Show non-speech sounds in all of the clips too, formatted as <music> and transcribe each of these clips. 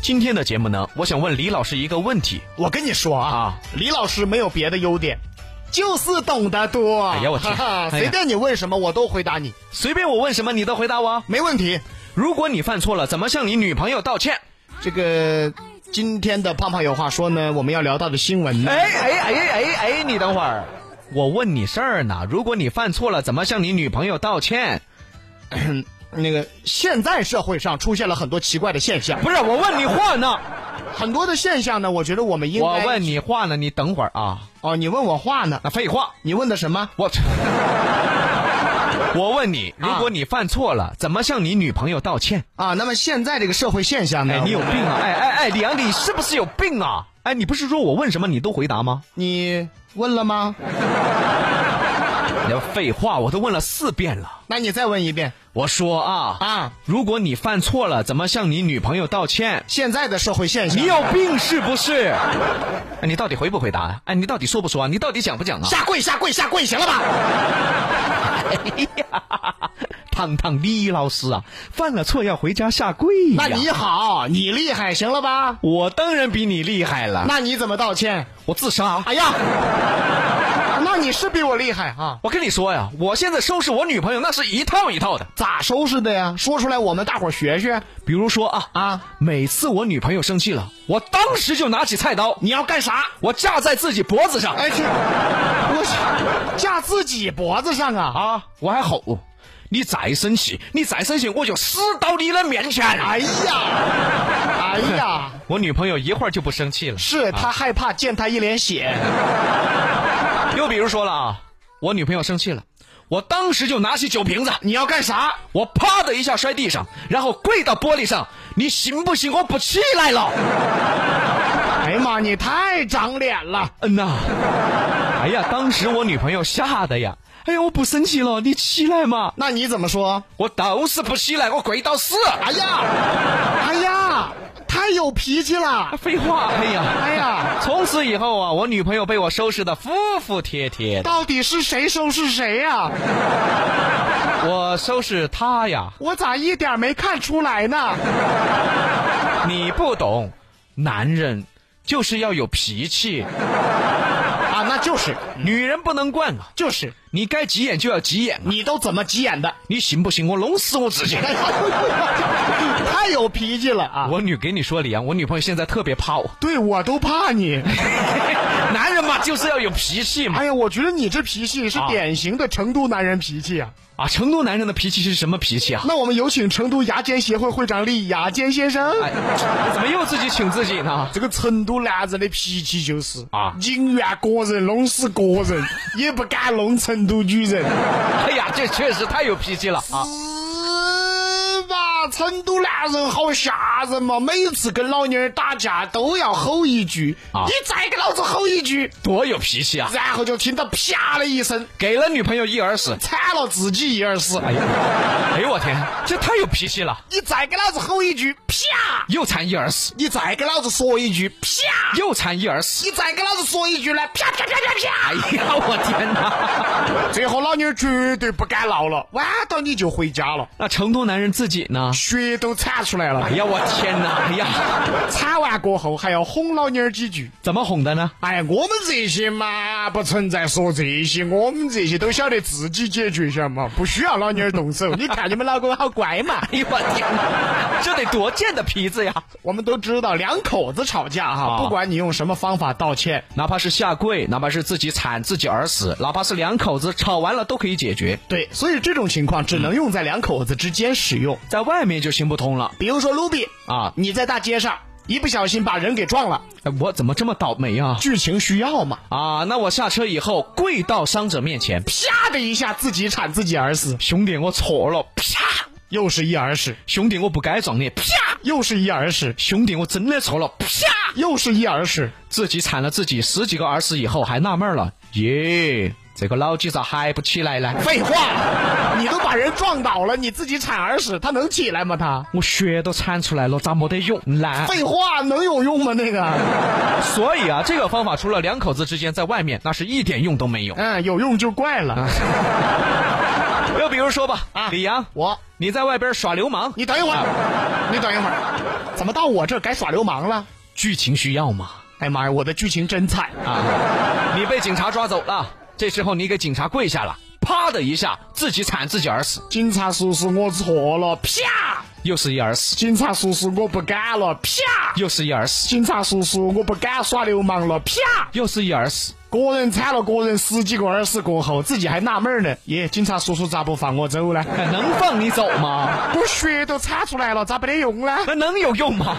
今天的节目呢，我想问李老师一个问题。我跟你说啊，李老师没有别的优点，就是懂得多。哎呀我天哈哈哎呀随便你问什么我都回答你，随便我问什么，你都回答我。没问题。如果你犯错了，怎么向你女朋友道歉？这个今天的胖胖有话说呢，我们要聊到的新闻呢，哎哎哎哎哎，你等会儿，我问你事儿呢。如果你犯错了，怎么向你女朋友道歉？嗯那个现在社会上出现了很多奇怪的现象，不是，我问你话呢。很多的现象呢，我觉得我们应该我问你话呢，你等会儿啊。哦，你问我话呢，那废话，你问的什么？我 <laughs> 我问你，如果你犯错了，怎么向你女朋友道歉？啊，那么现在这个社会现象呢？哎，你有病啊！哎哎哎，李阳，你是不是有病啊？哎，你不是说我问什么你都回答吗？你问了吗？你要废话，我都问了四遍了。那你再问一遍我说啊啊！如果你犯错了，怎么向你女朋友道歉？现在的社会现象，你有病是不是？哎，你到底回不回答呀？哎，你到底说不说啊？你到底讲不讲啊？下跪下跪下跪，行了吧？堂堂李老师啊，犯了错要回家下跪呀。那你好，你厉害，行了吧？我当然比你厉害了，那你怎么道歉？我自杀。啊哎呀，那你是比我厉害啊！我跟你说呀，我现在收拾我女朋友那是一套一套的。咋收拾的呀？说出来，我们大伙儿学学比如说啊啊，啊！每次我女朋友生气了，我当时就拿起菜刀，你要干啥？我架在自己脖子上。哎，去，我架自己脖子上啊！啊，我还吼，你再生气，你再生气，我就死到你的面前。哎呀，哎呀，我女朋友一会儿就不生气了。是他害怕见他一脸血。又比如说了啊，我女朋友生气了，我当时就拿起酒瓶子，你要干啥？我啪的一下摔地上，然后跪到玻璃上，你行不行？我不起来了。哎呀妈，你太长脸了！嗯呐，哎呀，当时我女朋友吓得呀，哎呀，我不生气了，你起来嘛。那你怎么说？我就是不起来，我跪到死。啊哎呀，哎呀，太有脾气了！废话，哎呀。哎呀，从此以后啊，我女朋友被我收拾的服服帖帖的。到底是谁收拾谁呀、 <laughs> 我收拾她呀，我咋一点没看出来呢？啊你不懂，男人就是要有脾气，啊，那就是女人不能惯啊。就是，你该急眼就要急眼啊！你都怎么急眼的？ <laughs> 你行不行？我弄死我自己！ <laughs> 太有脾气了啊！我女给你说，李阳，我女朋友现在特别怕我。 <laughs> 对我都怕 <laughs> 你。男人嘛，就是要有脾气嘛。哎呀，我觉得你这脾气是啊典型的成都男人脾气啊。啊，成都男人的脾气是什么脾气啊？那我们有请成都牙尖协会会长李牙尖先生。哎，你怎么又自己请自己呢？这个成都男人的脾气就是啊宁愿个人弄死个人，也不敢弄成都女人。哎呀，这确实太有脾气了啊！是吧？嗯成都男人好吓人嘛！每次跟老娘儿打架都要吼一句，啊你再给老子吼一句，多有脾气啊！然后就听到啪的一声，给了女朋友一耳屎，惨了自己一耳屎。哎呀，哎呦我天，这太有脾气了！你再给老子吼一句，啪！又馋一耳屎，你再给老子说一句，啪！又馋一耳屎。你再给老子说一句呢，啪啪啪啪哎 <laughs> 呀，我天哪！啪！最后老娘儿绝对不敢闹了，晚到你就回家了，那成都男人自己呢？血都铲出来哎了。呀，我天哪！哎呀，铲完过后还要哄老娘儿几句。怎么哄的呢？哎，我们这些嘛不存在说这些，我们这些都晓得自己解决一下嘛，不需要老娘儿动手。你看你们老公好乖嘛，哎呀，我天哪！这得多贱的皮子呀！我们都知道两口子吵架哈，啊不管你用什么方法道歉，哪怕是下跪，哪怕是自己惨自己而死，哪怕是两口子吵完了都可以解决，对，所以这种情况只能用在两口子之间使用。在外面就行不通了比如说卢比啊！你在大街上一不小心把人给撞了，哎我怎么这么倒霉啊？剧情需要嘛，啊，那我下车以后跪到伤者面前，啪的一下自己铲自己而死，兄弟，我错了，啪，又是一耳屎，兄弟，我不该撞你，啪，又是一耳屎，兄弟，我真的错了，啪，又是一耳屎。自己铲了自己十几个耳屎以后，还纳闷了，耶，这个老鸡咋还不起来呢？废话，你都把人撞倒了，你自己铲耳屎，他能起来吗？他我血都铲出来了，咋没得用呢？废话能有用吗？那个，所以啊，这个方法除了两口子之间，在外面那是一点用都没有。嗯，有用就怪了。又比如说吧，李阳，我，你在外边耍流氓，你等一会儿，你等一会儿，怎么到我这儿该耍流氓了？剧情需要嘛？哎妈呀，我的剧情真惨啊！啊，你被警察抓走了，这时候你给警察跪下了，啪的一下，自己惨自己而死，警察叔叔，我错了，啪！又是一而死，警察叔叔，我不敢了，啪！又是一而死，警察叔叔，我不敢耍流氓了，啪！又是一而死。个人惨了，个人十几个、二十个后，自己还纳闷呢，耶，警察叔叔咋不放我走呢？能放你走吗？我血都铲出来了，咋没得用呢？那能有用吗？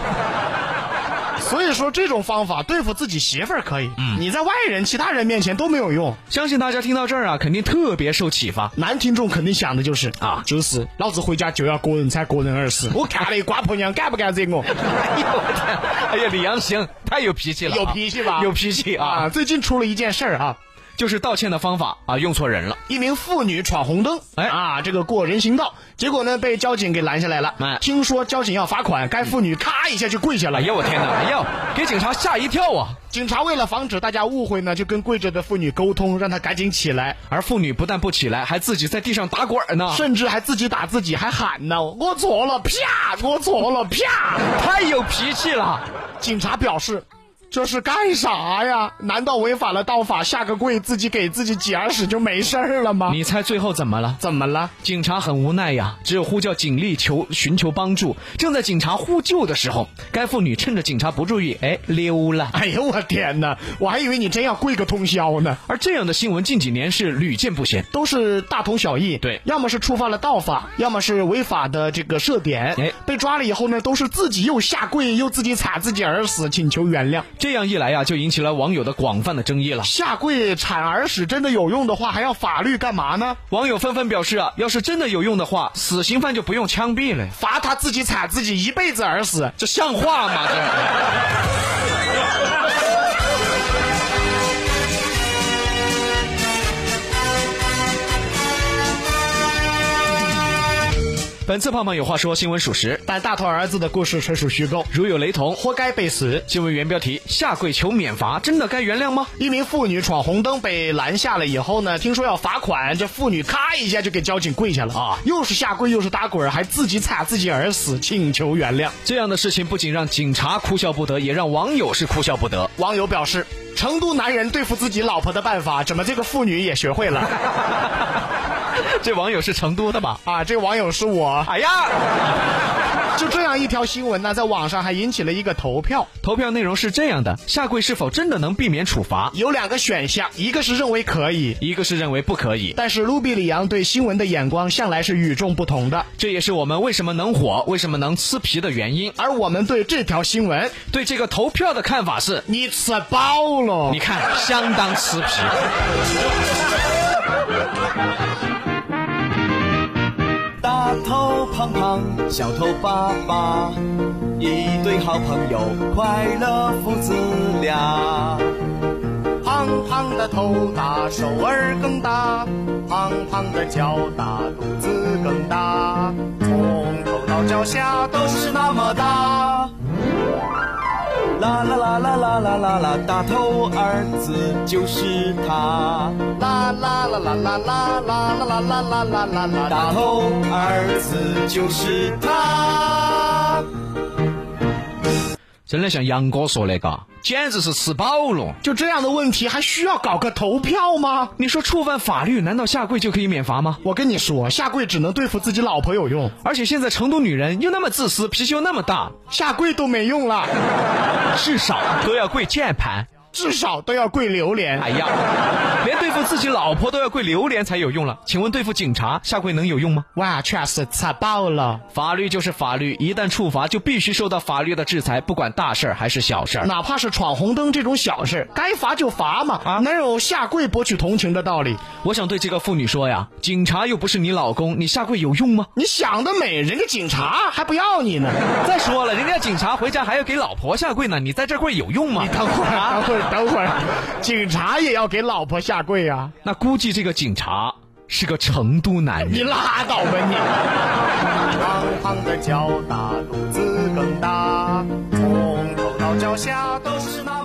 所以说这种方法对付自己媳妇儿可以，嗯你在外人、其他人面前都没有用。相信大家听到这儿啊，肯定特别受启发。 <laughs> 男听众肯定想的就是啊就是老子回家就要个人铲，个人二死，我看那瓜婆娘敢不敢 <laughs> 惹我？哎呦我天！哎呀，李阳行，太有脾气了啊，有脾气吧有脾气啊！啊，最近出了一件事儿啊， <laughs> 就是道歉的方法啊，用错人了。一名妇女闯红灯，哎啊，这个过人行道，结果呢被交警给拦下来了。哎听说交警要罚款，该妇女咔一下就跪下了。哎呀，我天哪！哎呀，给警察吓一跳啊！警察为了防止大家误会呢，就跟跪着的妇女沟通，让她赶紧起来，而妇女不但不起来，还自己在地上打滚儿呢，甚至还自己打自己，还喊呢：“我错了，啪！我错了，啪！”太有脾气了。警察表示，这是干啥呀？难道违反了道法，下个跪自己给自己解耳屎就没事儿了吗？ <laughs> 你猜最后怎么了？怎么了？警察很无奈呀，只有呼叫警力求寻求帮助。正在警察呼救的时候，该妇女趁着警察不注意，哎，溜了。哎呦我天哪！我还以为你真要跪个通宵呢。而这样的新闻近几年是屡见不鲜。都是大同小异，对要么是触犯了道法，要么是违法的这个设点，哎被抓了以后呢，都是自己又下跪又自己惨自己而死，请求原谅。这样一来呀、就引起了网友的广泛的争议了。下跪铲耳屎真的有用的话，还要法律干嘛呢？网友纷纷表示啊，要是真的有用的话，死刑犯就不用枪毙了。罚他自己惨自己一辈子而死，这像话吗？这。本次胖胖有话说新闻属实，但大头儿子的故事纯属虚构，如有雷同，活该被死。新闻原标题：下跪求免罚，真的该原谅吗？一名妇女闯红灯被拦下了以后呢，听说要罚款，这妇女咔一下就给交警跪下了啊又是下跪又是打滚儿，还自己惨自己而死，请求原谅。这样的事情不仅让警察哭笑不得，也让网友是哭笑不得。网友表示，成都男人对付自己老婆的办法，怎么这个妇女也学会了这网友是成都的吧？啊？这网友是我，哎呀，就这样一条新闻呢，在网上还引起了一个投票，投票内容是这样的：下跪是否真的能避免处罚？有两个选项，一个是认为可以。一个是认为不可以，但是卢比里昂对新闻的眼光向来是与众不同的，这也是我们为什么能火、为什么能吃皮的原因。而我们对这条新闻，对这个投票的看法是， <laughs> 你吃饱了你。看相当吃皮。大头胖胖，小头爸爸，一对好朋友，快乐父子俩。胖胖的头大，手儿更大；胖胖的脚大，肚子更大。从头到脚下都是那么大。啦啦啦啦啦啦啦啦，大头儿子就是他，啦啦啦啦啦啦啦啦啦啦啦啦啦啦啊大头儿子就是啊他。真的像杨哥说那个，简直是吃饱了。就这样的问题还需要搞个投票吗？你说触犯法律，难道下跪就可以免罚吗？我跟你说，下跪只能对付自己老婆有用，而且现在成都女人又那么自私，脾气又那么大，下跪都没用了，至少都要跪键盘。至少都要跪榴 <laughs> 莲。哎呀，连对付自己老婆都要跪榴莲才有用了，请问对付警察下跪能有用吗？完全是吃饱了，法律就是法律，一旦触罚就必须受到法律的制裁，不管大事儿还是小事儿。哪怕是闯红灯这种小事，该罚就罚嘛，啊哪有下跪博取同情的道理？我想对这个妇女说呀，警察又不是你老公，你下跪有用吗？你想得美，人家警察还不要你呢。再说了，人家警察回家还要给老婆下跪呢，你在这跪有用吗你？等会啊儿，等啊会儿，等会儿，警察也要给老婆下跪呀、啊那估计这个警察是个成都男你人。拉倒吧你！胖胖的脚大，肚子更大，从头到脚下都是那。